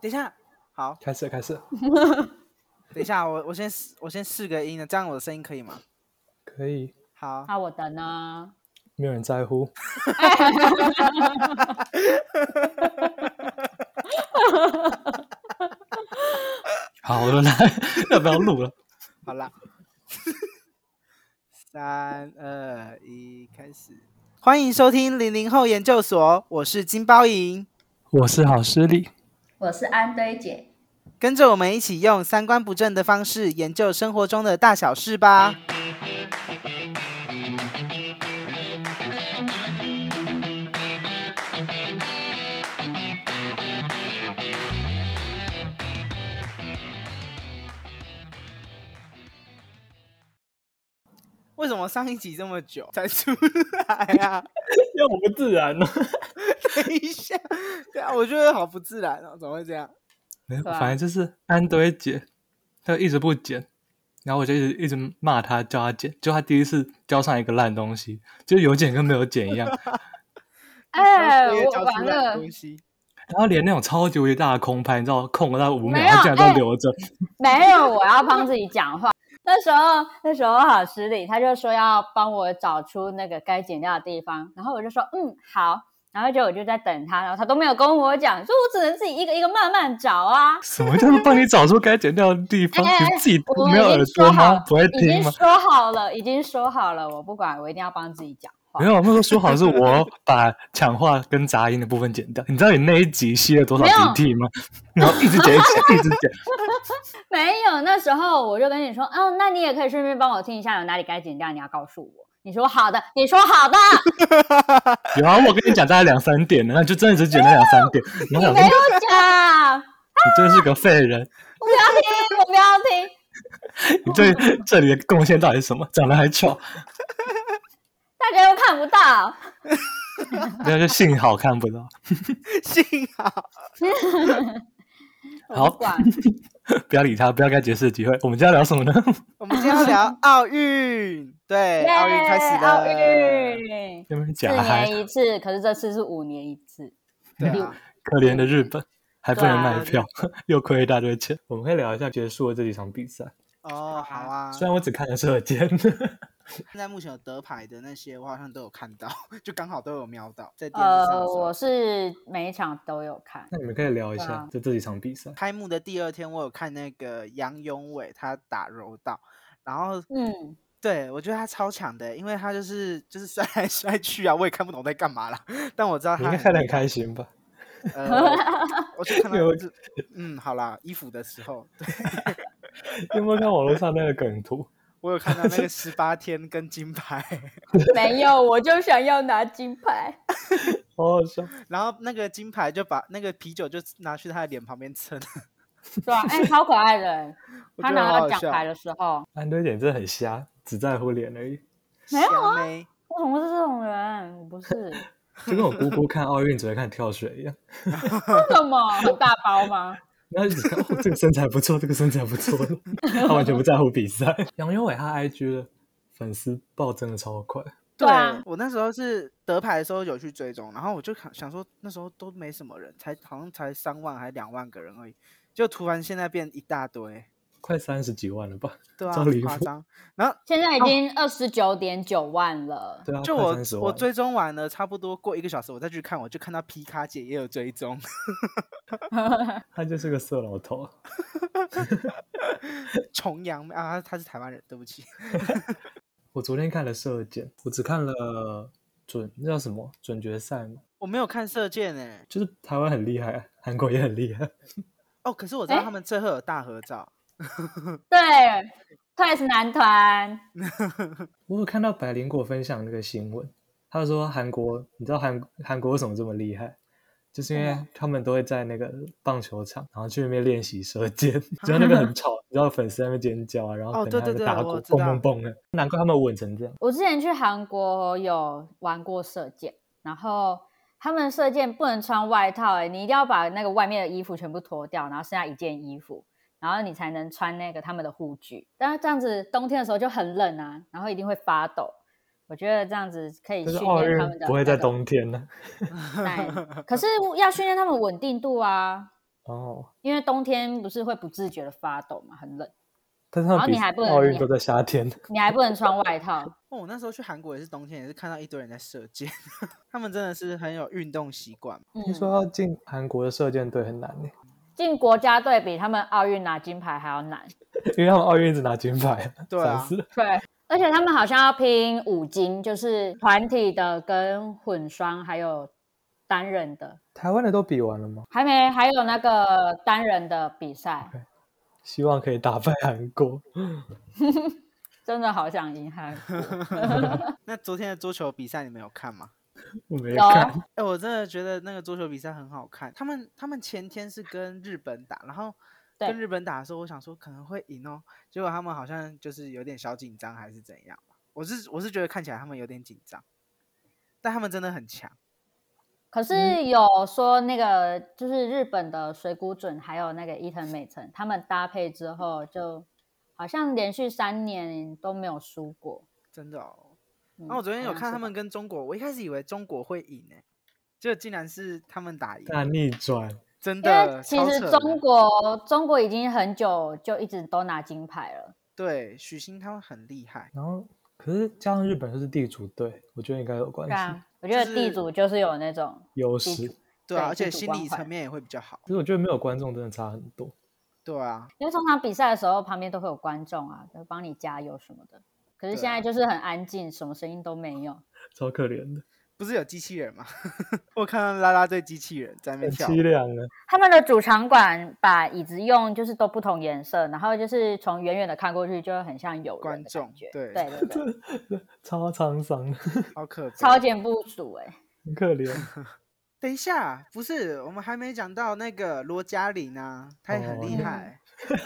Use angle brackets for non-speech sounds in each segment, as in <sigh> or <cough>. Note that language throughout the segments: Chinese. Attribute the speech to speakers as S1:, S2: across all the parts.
S1: 等一下，好，
S2: 开始了开始了，
S1: 等一下，我我先试我先试个音呢，这样我的声音可以吗？
S2: 可以，
S1: 好，
S3: 那我等啊。
S2: 没有人在 <laughs> 乎。
S4: 好了，那要不要录了？
S1: 好啦， <laughs> 三二一，开始。欢迎收听零零后研究所，我是金包银，
S2: <laughs> 我是好失 <laughs> 礼，
S5: 我是安堆姐，
S1: 跟着我们一起用三观不正的方式研究生活中的大小事吧。为什么上一集这么久才出来啊？ <laughs>
S2: 要我不自然呢、
S1: 等一下，对啊，我觉得好不自然哦，怎么会这样？
S2: <laughs> 没有，
S3: 对啊
S2: 反正就是安堆姐，她一直不剪，然后我就一直一直骂她，叫她剪，就她第一次交上一个烂东西，就是有剪跟没有剪一样，
S3: 哎，
S1: 我也
S3: 我
S1: 交
S3: 完
S1: 出来的
S3: 了，
S1: 东西，
S2: 然后连那种超级无敌大的空拍，你知道空了大概五秒，
S3: 没有
S2: 她竟然都
S3: 哎
S2: 留着。
S3: 没有，我要帮自己讲话。那时候，那时候好失礼，他就说要帮我找出那个该剪掉的地方，然后我就说嗯好，然后就我就在等他，然后他都没有跟我讲，所以我只能自己一个一个慢慢找啊。
S2: 什么叫做帮你找出该剪掉的地方？
S3: 哎哎
S2: 你自己
S3: 我
S2: 没有
S3: 已
S2: 耳
S3: 经
S2: 朵
S3: 说好
S2: 吗
S3: 了，？
S2: 不会
S3: 已经
S2: 听吗？
S3: 说好了，已经说好了，我不管，我一定要帮自己讲话
S2: 没。有，那时候说好是我把抢话跟杂音的部分剪掉。你知道你那一集吸了多少
S3: 没有
S2: 鼻涕吗？然后一直剪，一直剪，一直剪。
S3: 没有，那时候我就跟你说，嗯，那你也可以顺便帮我听一下有哪里该剪掉，你要告诉我。你说好的，你说好的，
S2: 有啊，我跟你讲，大概两三点了，那就真的只剪了两三点。然
S3: 你
S2: 后我想
S3: 没
S2: 说，
S3: 有讲，
S2: 你真是个废人，
S3: 我不要听，我不要听。
S2: 你对这里的贡献到底是什么？长得还丑，
S3: 大家又看不到，
S2: 那就幸好看不到。
S1: 幸好
S3: 我
S2: 好
S3: 不管。
S1: <laughs>
S2: 不要理他，不要给他解释的机会。我们今天要聊什么呢？
S1: 我们今天要聊
S3: <laughs>
S1: 奥运，对，哎奥运开始
S3: 耶
S1: 了，
S3: 奥运
S2: 有没有假
S3: 四
S2: 嗨？
S3: 年一次，可是这次是五年一次。
S1: 对
S2: 嗯
S1: 啊，
S2: 可怜的日本还不能
S3: 对啊
S2: 卖票， <laughs> 又亏一大堆钱。我们可以聊一下结束了这几场比赛，
S1: 哦，好啊。
S2: 虽然我只看了
S1: <laughs>
S2: 射箭。
S1: 现在目前有得牌的那些，我好像都有看到，就刚好都有瞄到在电视上
S3: 呃，
S1: 的时候。
S3: 我是每一场都有看。
S2: 那你们可以聊一
S3: 对
S2: 下
S3: 啊
S2: 这这几场
S1: <laughs>
S2: 比赛。
S1: 开幕的第二天，我有看那个杨永伟他打柔道，然后
S3: 嗯，
S1: 对我觉得他超强的，欸因为他就是就是摔来摔去啊，我也看不懂在干嘛啦，但我知道
S2: 你应
S1: 他
S2: 该看得很开心吧？ <laughs>
S1: 呃，我就看
S2: 有
S1: 到就是嗯，好啦，衣服的时候，对
S2: 有没有看网络上那个梗图？
S1: 我有看到那个十八天跟金牌，
S3: 没有，我就想要拿金 <laughs> 牌。
S2: 好好笑！
S1: 然后那个金牌就把那个啤酒就拿去他的脸旁边蹭， <laughs>
S3: 对啊，哎、超可爱的欸、
S1: 我
S3: 他
S1: 觉得
S3: 拿
S1: 好
S3: 到
S1: 好
S3: 奖
S1: 笑
S3: 牌的时候，
S2: 安堆点真的很瞎，只在乎
S1: <laughs>
S2: 脸而已。
S3: 没有
S1: 啊，妹
S3: 我怎么是这种人？我不是， <laughs>
S2: 就
S3: 为
S2: 跟我姑姑看奥运只会看跳水一样，
S3: 什么 <laughs> 很大包吗？
S2: 然后就只看、哦、这个身材不错，这个身材
S1: <laughs>
S2: 不错，她完全不在乎比赛。杨永伟他 IG 的粉丝暴增的超快，
S3: 对啊
S1: 我那时候是得牌的时候有去追踪，然后我就想想说那时候都没什么人，才好像才三万还两万个人而已，就突然现在变一大堆，
S2: 快三十几万了吧？
S1: 对啊，
S2: 超
S1: 很
S2: 离
S1: 夸
S2: 谱
S1: 张。然后
S3: 现在已经二十九点九万了。
S2: 对啊，
S1: 就
S2: 快
S1: 我
S2: 30
S1: 我
S2: 万了
S1: 追踪完了，差不多过一个小时我再去看，我就看到皮卡姐也有追踪， <laughs>
S2: 他就是个色老头啊，
S1: 重阳妹啊，她是台湾人，对不起， <laughs>
S2: 我昨天看了射箭，我只看了准那叫什么准决赛嘛，
S1: 我没有看射箭哎、
S2: 就是台湾很厉害，啊韩国也很厉害。
S1: 哦，可是我知道
S3: 诶
S1: 他们最后有大合照，
S3: 对，Twice 男团，
S2: 我有看到百灵果分享那个新闻，他说韩国，你知道韩韩国为什么这么厉害？就是因为他们都会在那个棒球场，然后去那边练习射箭， <laughs> 只要那边很吵，你知道粉丝在那边尖叫啊，然后
S1: 哦
S2: 可
S1: 对
S2: 能
S1: 对
S2: 还有
S1: 对
S2: 打
S1: 我
S2: 鼓
S1: 知
S2: 蹦
S1: 道
S2: 蹦蹦的，难怪他们稳成这样。
S3: 我之前去韩国有玩过射箭，然后他们射箭不能穿外套、欸，你一定要把那个外面的衣服全部脱掉，然后剩下一件衣服，然后你才能穿那个他们的护具。但是这样子冬天的时候就很冷啊，然后一定会发抖。我觉得这样子可以
S2: 但是
S3: 训
S2: 奥运
S3: 练他们的
S2: 不会
S3: 那
S2: 在啊
S1: <laughs>
S3: 个哎
S2: 冬天呢、
S3: 耐力，可是要训练他们稳定度啊。
S2: 哦，
S3: 因为冬天不是会不自觉的发抖嘛，很冷，
S2: 但是他
S3: 然
S2: 们
S3: 后
S2: 比
S3: 你还不能
S2: 奥运
S3: 练
S2: 都在夏天，
S3: 你还不能穿外套。
S1: 哦，我那时候去韩国也是冬天，也是看到一堆人在射箭， <laughs> 他们真的是很有运动习惯。
S2: 听说
S3: 嗯，
S2: 要进韩国的射箭队很难呢，
S3: 进国家队比他们奥运拿金牌还要难。
S2: 因为他们奥运一直拿金牌，
S1: 对啊
S2: 烦死了
S3: 对，而且他们好像要拼五金，就是团体的、跟混双，还有单人的，
S2: 台湾的都比完了吗？
S3: 还没还有那个单人的比赛，
S2: 希望可以打败韩国。
S3: 真的好想赢韩国。
S1: 那昨天的桌球比赛你们有看吗？
S2: 我没
S3: 有
S2: 看，
S1: 哎、我真的觉得那个桌球比赛很好看。他们他们前天是跟日本打，然后
S3: 对
S1: 跟日本打的时候，我想说可能会赢哦，结果他们好像就是有点小紧张还是怎样吧。我是我是觉得看起来他们有点紧张，但他们真的很强。
S3: 可
S1: 嗯
S3: 是有说那个就是日本的水谷隼还有那个伊藤美诚，他们搭配之后，就好像连续三年都没有输过。
S1: 真的哦。
S3: 嗯
S1: 然后我昨天有
S3: 好像
S1: 看
S3: 是
S1: 他
S3: 吧
S1: 们跟中国，我一开始以为中国会赢呢、结果竟然是他们打赢，
S2: 大逆转，
S1: 真
S3: 啊因为
S1: 的。
S3: 其
S1: 超
S3: 实
S1: 扯的
S3: 中国中国已经很久就一直都拿金牌了，
S1: 对许昕他们很厉害，
S2: 然后可是加上日本又是地主队，我觉得应该有关
S3: 对啊
S2: 系，，
S3: 我觉得
S1: 嗯就
S3: 地
S1: 是
S3: 主就是有那种
S2: 优
S3: 地
S2: 势
S3: 主。
S1: 对啊，
S3: 对
S1: 而且
S3: 地主
S1: 心
S3: 关
S1: 理
S3: 怀
S1: 层面也会比较好
S2: 可。是我觉得没有观众真的差很多。
S1: 对啊，
S3: 因为通常比赛的时候旁边都会有观众啊，就帮你加油什么的。可是
S1: 对
S3: 现在
S1: 啊
S3: 就是很安静，什么声音都没有。
S2: 超可怜的，
S1: 不是有机器人吗？ <laughs> 我看到啦啦队机器人在那边
S2: 很
S1: 跳舞，
S2: 凄凉啊！
S3: 他们的主场馆把椅子用就是都不同颜色，然后就是从远远的看过去就会很像有
S1: 观
S3: 人的感
S1: 众
S3: 觉
S1: 对
S3: 对对
S1: <laughs>
S3: 对，
S2: 超沧桑的，
S1: 好可悲。
S3: 超前部署哎、
S2: 很可怜。 <laughs>
S1: 等一下，不是我们还没讲到那个罗嘉玲啊，她也很
S2: 哦
S1: 厉
S2: 嗯
S1: 害，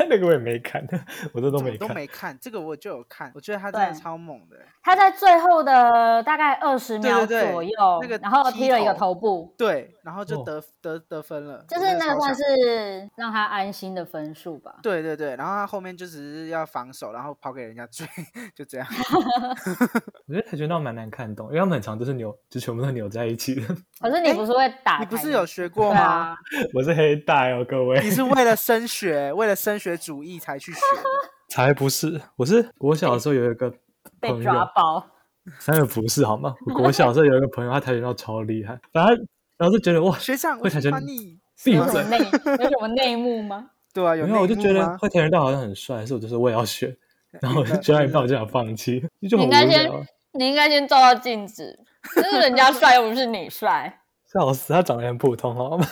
S2: 那个我也没看， <laughs> 我这都
S1: 怎么
S2: 没
S1: 都
S2: 看。
S1: 没看，这个我就有看，我觉得她真的
S3: 对
S1: 超猛的。
S3: 他在最后的大概二十
S1: 对
S3: 秒
S1: 对
S3: 左右，
S1: 那个
S3: 然后
S1: 踢
S3: 踢了一个
S1: 头
S3: 头部，
S1: 对，然后就
S2: 哦
S1: 得、得得分了，
S3: 就
S1: 我
S3: 是
S1: 觉得
S3: 那个
S1: 超
S3: 算
S1: 强
S3: 是让他安心的分数吧。
S1: 对对对，然后他后面就只是要防守，然后跑给人家追， <laughs> 就这样。
S2: 我觉得跆拳道蛮难看懂，因为他们很长都是扭，就全部都扭在一起的。 <laughs>
S3: 可是你不是会打、
S1: 哎你不是有学过
S3: 对
S1: 吗？
S3: 啊？
S2: 我是黑带哦，各位。 <laughs>
S1: 你是为了升学，为了升学主义才去学的。
S4: 才不是，我是
S2: 我小的时候有一个
S3: 被
S2: 朋友，
S3: 抓包，
S2: 三个不是好吗？我小时候有一个
S1: <laughs>
S2: 朋友，他跆拳道超厉害，反正然后就觉得哇，
S1: 学长，
S2: 会
S1: 我
S2: 产
S1: 喜欢
S2: 生
S1: 你。
S2: 闭
S3: 有
S2: 闭
S3: 什么
S1: <laughs>
S2: 嘴
S3: 内有什么内幕吗？
S1: 对啊，有
S2: 然后我
S1: 内
S2: 就
S1: 幕
S2: 觉得
S1: 吗
S2: 会跆拳道好像很帅，所以我就说我也
S1: <laughs>
S2: 要学。然后我就学到一半，我就想放弃，就很
S3: 你应
S2: 无
S3: 该先
S2: 聊，
S3: <laughs>
S2: 啊
S3: 你应该先照照镜子，就是人家帅又不是你帅。
S1: <laughs>
S2: 笑死。他长得很普通好吗？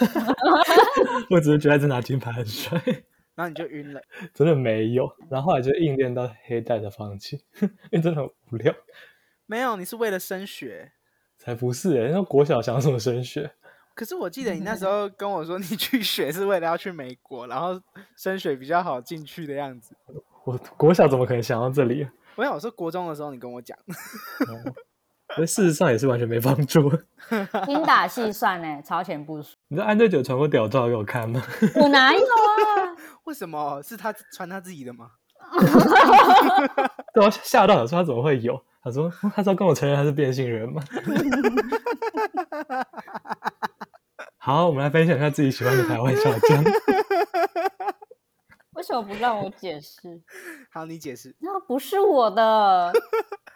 S2: <laughs> 我只是觉得这拿金牌很帅，
S1: 然后你就晕了。
S2: 真的没有。然后后来就硬练到黑带的放弃， <laughs> 因为真的很无聊。
S1: 没有，你是为了升学。
S2: 才不是哎、欸，那国小想什么升学？
S1: 可是我记得你那时
S3: 嗯
S1: 候跟我说，你去学是为了要去美国，然后升学比较好进去的样子。
S2: 我国小怎么可能想到
S1: <laughs>
S2: 这里、啊？
S1: 我想我说国中的时候你跟我讲，
S2: 哦可是事实上也是完全没帮助。
S3: 精打细算呢、欸超前
S1: <laughs>
S3: 部署。
S2: 你知道安队九传过屌照给我看吗？
S3: 我哪有啊？
S1: 为什么是他传他自己的吗？
S2: 对啊，吓到，想说他怎么会有？他说嗯他是要跟我承认他是变性人吗？ <laughs> 好，我们来分享一下自己喜欢的台湾小将。
S3: 为什么不让我解释？
S1: 好，你解释，
S3: 那不是我的，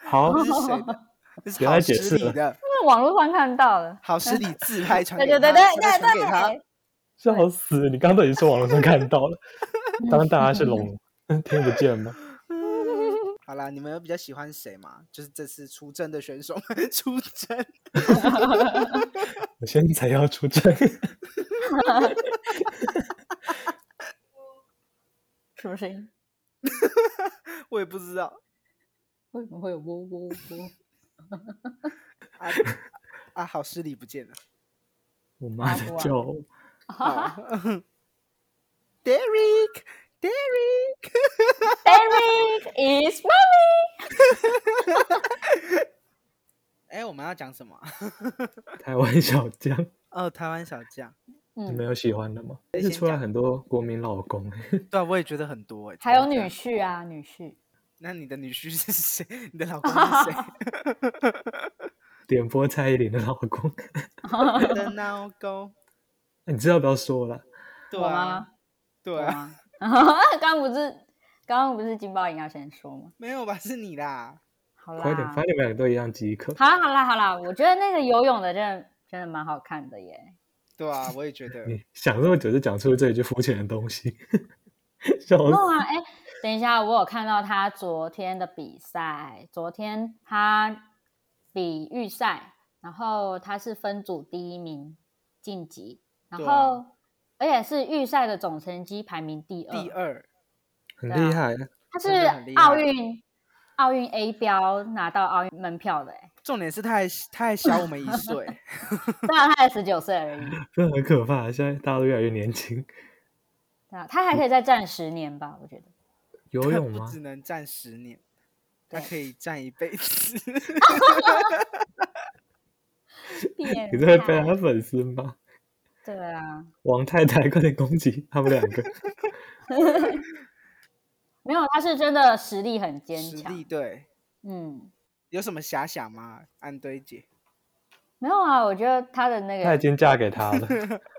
S2: 好，
S3: 哦
S1: 这是谁
S3: <laughs>
S1: 的？这
S2: 不
S1: 是
S2: 要
S1: 好
S2: 再解
S1: 失
S2: 释
S1: 礼
S2: 了
S1: 的，
S3: 那网络上看到的。
S1: 好失礼自拍传
S3: 对
S1: 给他，
S3: 对对对
S1: 再传
S3: 对
S1: 给
S3: 对
S1: 他。
S3: 对，
S2: 笑死！你刚刚都已经说网络上看到了，当大家是聋，听不见吗？
S1: 好啦，你们有比较喜欢谁吗？就是这次出征的选手们 <laughs> 出征，
S2: 我现在要出征，
S3: 什么声音？
S1: 我也不知道
S3: 为什么会有喔喔喔？
S1: 啊啊，好失礼不
S3: <laughs>
S1: 见了。
S2: 我妈
S3: 阿
S2: 的
S3: 布啊
S2: 叫我。
S1: 好 Derek，Derek，
S3: <laughs> Eric is mommy。
S1: 哎、我们要讲什么啊？
S2: 台湾小将，
S1: <laughs> 哦，台湾小将，
S2: 你们
S3: 嗯，
S2: 有喜欢的吗？但是出来很多国民老公，
S1: 对啊，我也觉得很多哎、
S3: 还有
S1: 台湾
S3: 女
S1: 小将，
S3: 婿啊，女婿。
S1: 那你的女婿是谁？ <laughs> 你的老公是
S3: <laughs>
S1: 谁？
S2: 点播蔡依林的老公， <laughs> 哎
S1: 我的老公，
S2: 你知道不要说了，
S1: 对
S3: 我
S1: 啊
S3: 吗？，
S1: 对
S3: 我
S1: 啊，
S3: 吗？ <laughs> 刚不是刚刚不是金包银要先说吗？
S1: 没有吧？是你啦，
S3: 好啦，
S2: 快点，反正你们两个都一样饥渴。
S3: 好啦好啦好啦，我觉得那个游泳的真的真的蛮好看的耶。
S1: 对啊，我也觉得。
S2: 你想这么久就讲出这一句肤浅的东西，笑
S3: 没
S2: 死！
S3: 有啊，哎，等一下，我有看到他昨天的比赛，昨天他比预赛，然后他是分组第一名晋级，然
S1: 对
S3: 后、
S1: 啊
S3: 而且是预赛的总成绩排名第二，
S1: 第二，
S2: 很
S3: 对啊
S2: 厉害。
S3: 他
S1: 真的很
S3: 是
S1: 厉害
S3: 奥运奥运 A 标拿到奥运门票的哎，
S1: 重点是他还他还小我们一岁，
S3: <laughs> 对啊，他才十九岁而已，
S2: 真的很可怕，现在大家都越来越年轻。
S3: 对啊，他还可以再战十年吧，我觉得。
S2: <laughs> 游
S1: 他
S2: 泳
S1: 不
S2: 吗
S1: 只？能站十年，他
S3: 对
S1: 可以站一辈子。
S2: 你
S3: 变
S2: 这会被
S3: 态
S2: 他粉丝吗？
S3: 对啊，
S2: 王太太，快点攻击他们两个！
S3: 没有，他是真的实力很坚
S1: 实
S3: 强
S1: 力。对，
S3: 嗯，
S1: 有什么遐想吗？安堆姐，
S3: 没有啊，我觉得他的那
S2: 她已
S3: 个
S2: 经嫁给 <laughs> 他了，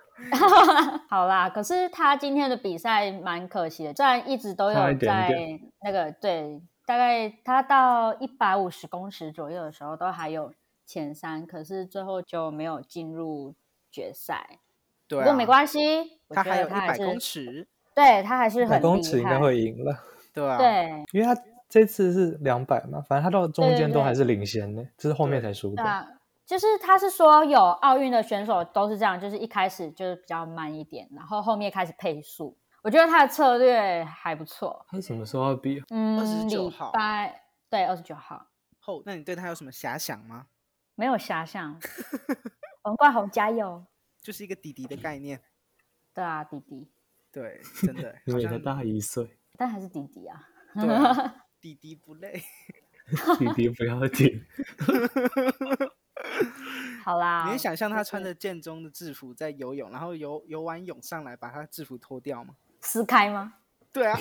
S3: <laughs> 好啦，可是他今天的比赛蛮可惜的，虽然一直都
S2: 差
S3: 有
S2: 一点
S3: 在
S2: 点
S3: 那个对，大概他到一百五十公尺左右的时候都还有前三，可是最后就没有进入决赛。
S1: 对、啊，
S3: 不过没关系，我
S1: 他
S3: 觉
S1: 还
S3: 得
S1: 有一
S3: 他还
S1: 百
S3: 是
S1: 公，尺，
S3: 对他还是很
S2: 百
S3: 厉
S2: 公尺应该
S3: 害
S2: 会赢了，
S1: 对啊，
S3: 对
S2: 因为他这次是两百嘛，反正他到中间
S3: 对
S2: 都
S3: 对
S2: 还是领先的，这是后面才输
S3: 对
S2: 的。
S3: 啊，就是他是说有奥运的选手都是这样，就是一开始就是比较慢一点，然后后面开始配速。我觉得他的策略还不错。
S2: 他什么时候要比啊？
S3: 嗯，
S1: 29
S3: 礼
S1: 号
S3: 拜对二十九号
S1: 后，那你对他有什么遐想吗？
S3: 没有遐 <laughs> 想，我们冠宏加油！
S1: 就是一个弟弟的概念，
S3: 对啊，弟弟，
S1: 对，真
S2: <laughs>
S1: 的
S2: 因
S1: 好
S2: 为他
S1: 像
S2: 大一岁，
S3: <laughs> 但还是弟弟啊。
S1: 对啊弟弟不累，
S2: 弟弟不要停。
S3: <laughs> 好啦，
S1: 你能想象
S3: 就
S1: 他穿
S3: 是
S1: 着建中的制服在游泳，然后游游完泳上来把他的制服脱掉吗？
S3: 撕开吗？
S1: 对
S3: <laughs>
S1: 啊，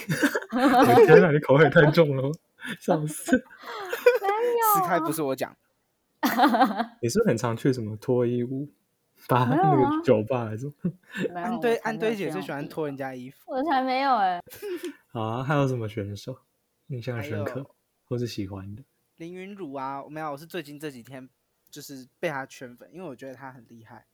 S2: 我的天哪，你口味也太重了，笑死！
S3: 没
S1: <laughs>
S3: 有，
S1: 撕开不是我讲，
S2: 你是不是很常去什么脱衣舞、吧
S3: 没有啊
S2: 那个酒吧还是什么？
S3: 没有
S1: 安
S3: 我
S1: 堆
S3: 才没
S1: 安
S3: 有
S1: 堆
S3: 这
S1: 姐最
S3: 种
S1: 喜欢
S3: 弟
S1: 脱人家衣服，
S3: 我才没有哎、
S2: 好啊，还有什么选手印象
S1: 还
S2: 深刻
S1: 有
S2: 或是喜欢的？
S1: 林云儒啊，没有，我是最近这几天就是被他圈粉，因为我觉得他很厉害。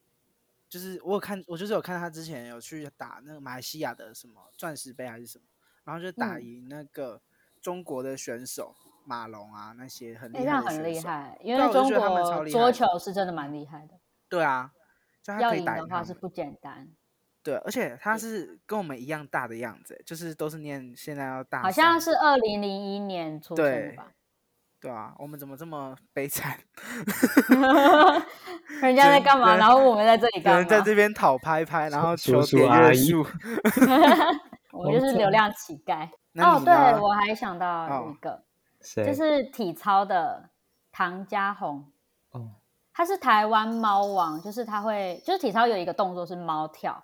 S1: 就是我有看，我就是有看他之前有去打那个马来西亚的什么钻石杯还是什么，然后就打
S3: 嗯
S1: 赢那个中国的选手、马龙啊那些很厉
S3: 欸，这
S1: 害
S3: 样
S1: 的
S3: 很
S1: 选
S3: 厉
S1: 手。
S3: 害，因
S1: 对啊
S3: 为
S1: 我就
S3: 中
S1: 觉得他们超
S3: 国
S1: 厉害
S3: 桌
S1: 的
S3: 球是真的蛮厉害的。
S1: 对啊，就他
S3: 要
S1: 可以
S3: 赢
S1: 打
S3: 的
S1: 赢
S3: 话
S1: 他
S3: 是
S1: 们。
S3: 不简单，
S1: 对，而且他是跟我们一样大的样子，就是都是念现在要大三，
S3: 好像是二零零一年出生的
S1: 对 <laughs>
S3: 吧？ <laughs>
S1: 对啊，我们怎么这么悲惨？
S3: 人家在干嘛？
S1: 人
S3: 然后我们在这里
S1: 有 <laughs>
S3: 干
S1: 人在
S3: 嘛？ <laughs>
S1: 这边讨拍拍，然后
S2: 叔
S1: 求
S2: 叔
S1: 点
S2: 阿
S1: 阅
S2: 姨
S1: 数。
S3: 我们就是流量乞丐。
S1: 那
S3: 哦，
S1: 你
S3: 对
S1: 呢，
S3: 我还想到
S1: 哦
S3: 一个，
S2: 谁？
S3: 就是体操的唐家红，
S2: 哦，
S3: 他是台湾猫王，就是他会，就是体操有一个动作是猫跳，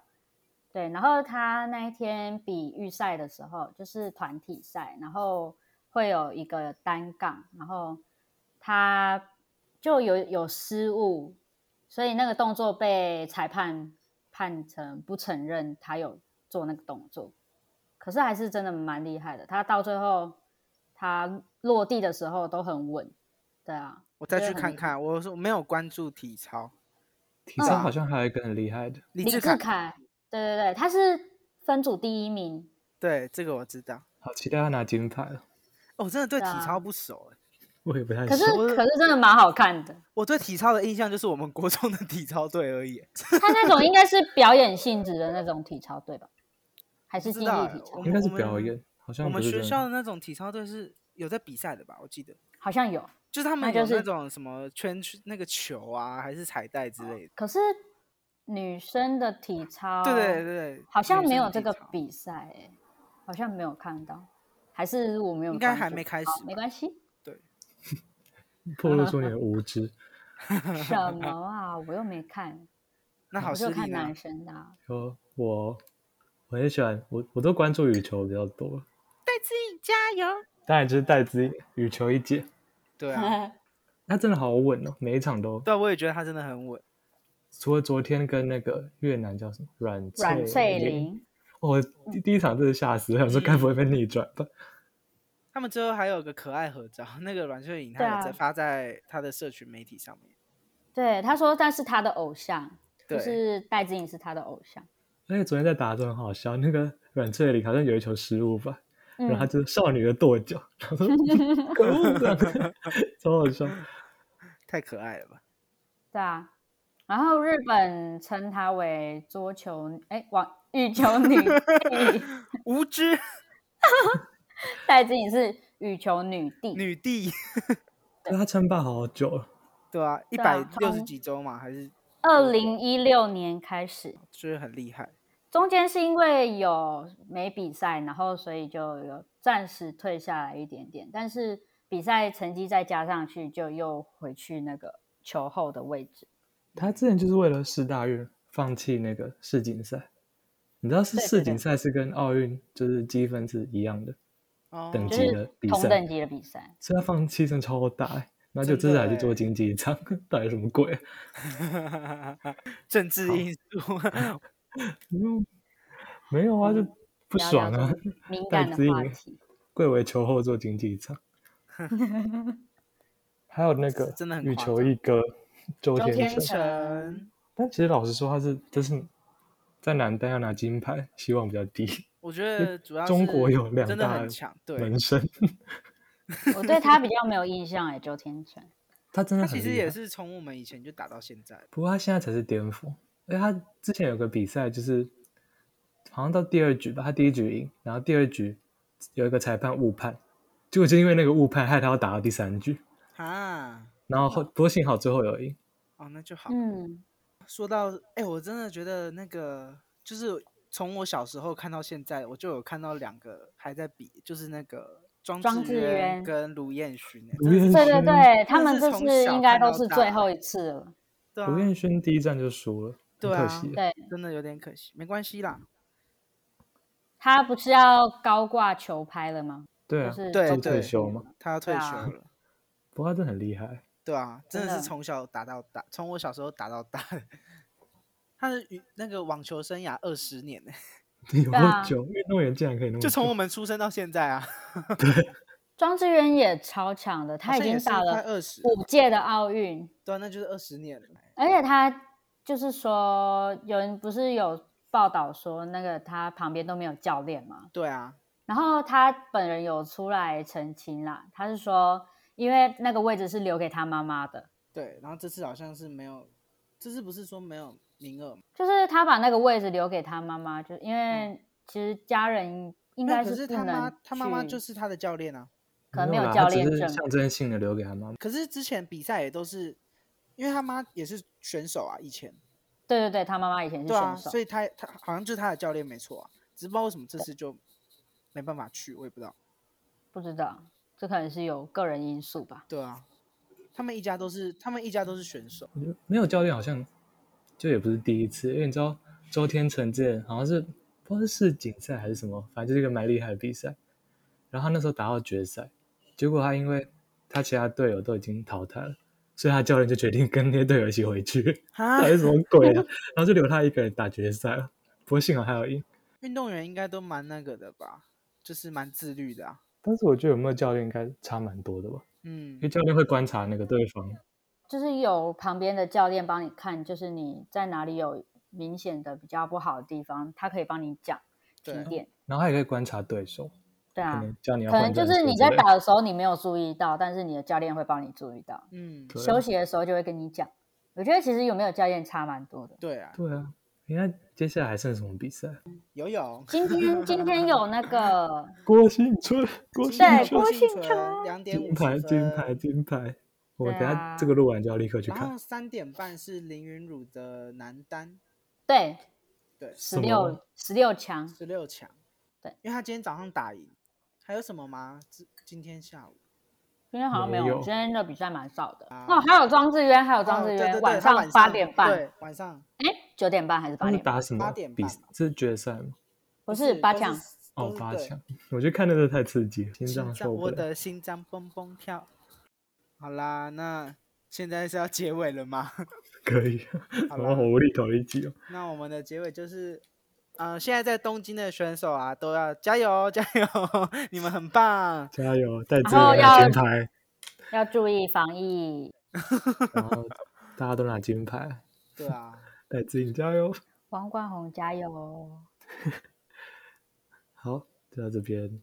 S3: 对。然后他那一天比预赛的时候，就是团体赛，然后会有一个单杠，然后他就有有失误，所以那个动作被裁判判成不承认他有做那个动作，可是还是真的蛮厉害的。他到最后他落地的时候都很稳，对啊。
S1: 我再
S3: 觉得
S1: 去
S3: 很
S1: 看
S3: 厉害
S1: 看。我是没有关注体操，
S2: 体
S3: 嗯
S2: 操好像还有一个很厉害的，
S1: 李
S3: 李
S1: 志
S3: 志
S1: 凯，
S3: 凯，对对对，他是分组第一名，
S1: 对这个我知道。
S2: 好期待他拿金牌哦！
S1: 哦我真的对体
S3: 对啊
S1: 操不熟欸、
S2: 我也不太
S3: 可是
S2: 熟
S1: 我
S3: 可是真的蛮好看
S1: <laughs>
S3: 的。
S1: 我对体操的印象就是我们国中的体操队而已欸、
S3: 他那种应该是表演性质的那种体操，对吧？还是
S1: 不知
S3: 竞技
S1: 道
S3: 体
S1: 欸
S3: 操
S1: 我？
S2: 应该是
S1: 们
S2: 表演，好像
S1: 我们
S2: 不是
S1: 学
S2: 真的
S1: 校的 <laughs> 那种体操队是有在比赛的吧？我记得，
S3: 好像有，
S1: 就是他们
S3: 那就
S1: 有那
S3: 是
S1: 种什么圈圈那个球啊，还是彩带之类的。
S3: 可是女生的体操，
S1: 对对，对，
S3: 好像
S1: 女
S3: 没
S1: 生
S3: 有
S1: 的
S3: 这
S1: 体
S3: 个
S1: 操
S3: 比赛、欸，好像没有看到，还是我没有
S1: 应该
S3: 关
S1: 还
S3: 注
S1: 没开
S3: 好
S1: 始
S3: 没
S1: 吧 <laughs>
S3: 关系。
S2: 暴露出你的无知。
S3: 什么啊？我又没看，
S1: 那好
S3: 我
S1: 视
S3: 就
S1: 力
S3: 看
S1: 呢
S3: 男？生的、啊。
S2: 说我我很喜欢我我都关注羽球比较多，戴资颖加油！当然就是戴资颖羽球一姐，
S1: 对啊，
S3: <laughs>
S2: 她真的好稳哦，每一场都
S1: 对啊，我也觉得他真的很稳。
S2: 除了昨天跟那个越南叫什么阮
S3: 阮翠
S2: 翠
S3: 玲，
S2: 哦我
S3: 嗯
S2: 第第一场真的吓死了，想说该不会被逆转吧？
S1: 他们最后还有个可爱合照，那个阮翠颖
S3: 对
S1: 她有在
S3: 啊
S1: 发在她的社群媒体上面。
S3: 对，他说，但是他的偶像就
S1: 对
S3: 是戴资颖是他的偶像，
S2: 而且昨天在打的时候很好笑，那个阮翠玲好像有一球失误吧，然后她
S3: 嗯，
S2: 就是少女的跺脚，然后说
S3: <laughs>
S2: 可恶，这样子超好笑。
S1: 太可爱了吧？
S3: 对啊。然后日本称她为桌球，哎，网羽球女
S2: <laughs>
S3: 帝，
S1: 无
S3: <laughs>
S1: 知
S3: 戴资颖是羽球女帝，
S1: 女帝，
S2: 她称霸好久了，
S1: 对啊，一
S3: 对啊
S1: 百六十
S3: 从
S1: 几周嘛，还是
S3: 二零一六年开始，
S1: 就是很厉害。
S3: 中间是因为有没比赛，然后所以就有暂时退下来一点点，但是比赛成绩再加上去，就又回去那个球后的位置。
S2: 她之前就是为了世大运放弃那个世锦赛。你知道是
S3: 对对
S2: 世
S3: 对
S2: 锦赛是跟奥运就是积分是一样的，
S1: 哦，
S2: 等
S3: 就
S2: 级
S3: 是
S2: 的比
S3: 同
S2: 赛
S3: 等级的比赛。
S2: 所以她放弃真的超大、欸，然后就
S1: 真
S2: 真
S1: 的
S2: 的还去做
S1: 欸
S2: 经济舱， <laughs> 到底什么鬼啊、
S1: 政治因素，
S2: 嗯，没有啊，就不
S3: 聊
S2: 爽
S3: 聊
S2: 啊
S3: 这，种敏
S2: <laughs> 戴
S3: 感
S2: 资
S3: 的话
S2: 颖
S3: 题。
S2: 贵为球后做经
S1: <laughs>
S2: 济舱。还有那个
S1: 真的很
S2: 羽
S1: 夸
S2: 球
S1: 张
S2: 一哥周
S3: 周
S2: 天
S3: 天
S2: 成，
S3: 成
S1: 成，
S2: 但其实老实说，他是这是在男单要拿金牌，希望比较低。
S1: 我觉得主要
S2: 中国
S1: 是
S2: 有两
S1: 真的
S2: 大
S1: 很强，对
S2: 门，生，
S3: <laughs> 我对他比较没有印象哎、周天成。
S2: 他真的
S1: 他
S2: 很
S1: 其实
S2: 厉害
S1: 也是从我们以前就打到现在，
S3: <laughs>
S2: 不过他现在才是巅峰，而且他之前有个比赛，就是好像到第二局吧，他第一局赢，然后第二局有一个裁判误判，结果就因为那个误判，害他要打到第三局，
S1: 啊，
S2: 然后后不过幸好最后有赢，
S1: 哦，那就好。
S3: 嗯，
S1: 说到，哎、我真的觉得那个就是从我小时候看到现在，我就有看到两个还在比，就是那个庄
S3: 庄智
S1: 渊
S3: 渊
S1: 跟卢彦勋、欸，
S2: 卢
S1: 真的
S2: 彦
S1: 是
S3: 对对
S2: 轩
S3: 对，他
S1: 真的是
S3: 们这
S1: 从
S3: 次
S1: 小
S3: 应该
S1: 看
S3: 都
S1: 到
S3: 是
S1: 大
S3: 最后一次了。
S1: 对
S2: 卢彦
S1: 啊，
S2: 勋第一站就输了，很
S1: 对
S2: 可
S1: 啊
S2: 惜。
S3: 对
S1: 真的有点可惜，没关系啦，
S3: 他不是要高挂球拍了吗？
S2: 对
S3: 就
S2: 啊，
S3: 是
S1: 对
S3: 周
S1: 对
S3: 天
S1: 退
S3: 成
S2: 休嘛
S1: 他要退
S3: 对
S1: 休
S3: 啊
S1: 了，
S2: 不过他真的很厉 <laughs> 害，
S1: 对
S3: <laughs>
S1: 啊，真
S3: 真
S1: 的是
S3: 的
S1: 从小打到大，从我小时候打到大的。他的羽那个网球生涯二十年呢、
S2: 有
S3: 啊
S2: 多久？运动员竟然可以那么
S1: 就从我
S2: 久
S1: 们出生到现在啊，
S3: 庄智渊也超强的，
S1: 好
S3: 他已
S1: 像也
S3: 经
S1: 是
S3: 打
S1: 快
S3: 了
S1: 二十，
S3: 五届的奥运，
S1: 对啊、那就是二十年了。
S3: 而且他就是说，有人不是有报道说那个他旁边都没有教练吗？
S1: 对啊，
S3: 然后他本人有出来澄清啦，他是说，因为那个位置是留给他妈妈的，
S1: 对，然后这次好像是没有，这次不是说没有名额吗？
S3: 就是他把那个位置留给他妈妈，就因为其实家人应
S1: 那
S3: 该
S1: 嗯可是
S3: 不
S1: 他妈
S3: 能
S1: 他妈妈
S3: 去
S1: 就是他的教练啊。
S3: 可能
S2: 没
S3: 没有
S2: 啦
S3: 教
S2: 他只
S3: 练
S2: 是
S3: 证
S2: 象征性的留给他妈妈。
S1: 可是之前比赛也都是，因为他妈也是选手啊，以前
S3: 对对对，他妈妈以前是
S1: 对啊，
S3: 选手，
S1: 所以他他好像就是他的教练没错啊，只是不知道为什么这次就没办法去，我也不知道。
S3: 不知道这可能是有个人因素吧。
S1: 对啊，他们一家都是他们一家都是选手，
S2: 我觉得没有教练好像就也不是第一次，因为你知道周天成之前好像是不知道是世锦赛还是什么，反正就是一个蛮厉害的比赛。然后他那时候打到决赛，结果他因为他其他队友都已经淘汰了，所以他教练就决定跟那些队友一起回
S3: <laughs>
S2: 去，
S1: 啊
S2: 到底是什么鬼啊？然后就留他一个人打决赛了。不过幸好他有赢，
S1: 运动员应该都蛮那个的吧，就是蛮自律的啊。
S2: 但是我觉得有没有教练应该差蛮多的吧，
S1: 嗯
S2: 因为，教练会观察那个对方。
S3: 就是有旁边的教练帮你看，就是你在哪里有明显的比较不好的地方，他可以帮你讲提
S1: 对啊
S3: 点。
S2: 然后他也可以观察对手，
S3: 对
S2: 可
S3: 啊，
S2: 能叫你要
S3: 可能
S2: 换
S3: 就
S2: 战
S3: 是
S2: 术
S3: 你
S2: 之
S3: 在
S2: 类的
S3: 打的时候你没有注意到，但是你的教练会帮你注意到，
S1: 嗯，
S2: 对啊
S3: 休息的时候就会跟你讲。我觉得其实有没有教练差蛮多的。
S1: 对啊，
S2: 对啊，你看接下来还剩什么比赛？
S1: 游泳。
S3: 今天今天有那个
S2: <laughs> 郭幸存，郭幸
S3: 对
S2: 存，
S3: 郭幸
S1: 存两点
S2: 金
S1: 五
S2: 牌，金牌，金牌！我
S3: 对
S2: 等下
S3: 啊
S2: 这个录完就要立刻去
S1: 然
S2: 看
S1: 后。三点半是凌云儒的男单，
S3: 对
S1: 对，
S3: 十
S2: 么
S3: 六十六强，
S1: 十六强。
S3: 对，
S1: 因为他今天早上打赢。还有什么吗？今今天下午
S3: 今天好像没有，
S2: 没有
S3: 今天的比赛蛮少的。
S1: 啊
S3: 哦，还有庄智渊，还有
S1: 哦
S3: 庄智
S1: 对对
S3: 渊，
S1: 对
S3: 晚
S1: 他
S3: 上
S1: 晚
S3: 八点半，
S1: 对，晚上
S3: 哎，九点半还是
S2: 他
S3: 八
S2: 是
S3: 点半？
S2: 打什么
S1: 八点
S2: 比
S1: 半？
S2: 是决赛吗？
S3: 不是八强，
S2: 哦，八。
S1: 都是都是
S2: 强！我觉得看那个太刺激了，心
S1: 对
S2: 脏
S1: 心脏，
S2: 受不
S1: 我
S2: 了。
S1: 的心
S2: <laughs>
S1: 脏蹦蹦跳。好啦，那现在是要结尾了吗？
S2: 可以，
S1: 好
S2: 我们好
S1: 了，
S2: 无厘头一集哦。
S1: 那我们的结尾就是，呃，现在在东京的选手啊，都要加油加油， <laughs> 你们很棒。
S2: 加油，带资
S3: 后要
S2: 拿金牌，
S3: 要注意防疫。
S2: 然后大家都拿金牌，
S1: 对啊，
S2: 带资颖加油。
S3: 王冠宏加油哦！
S2: 好，就到这边。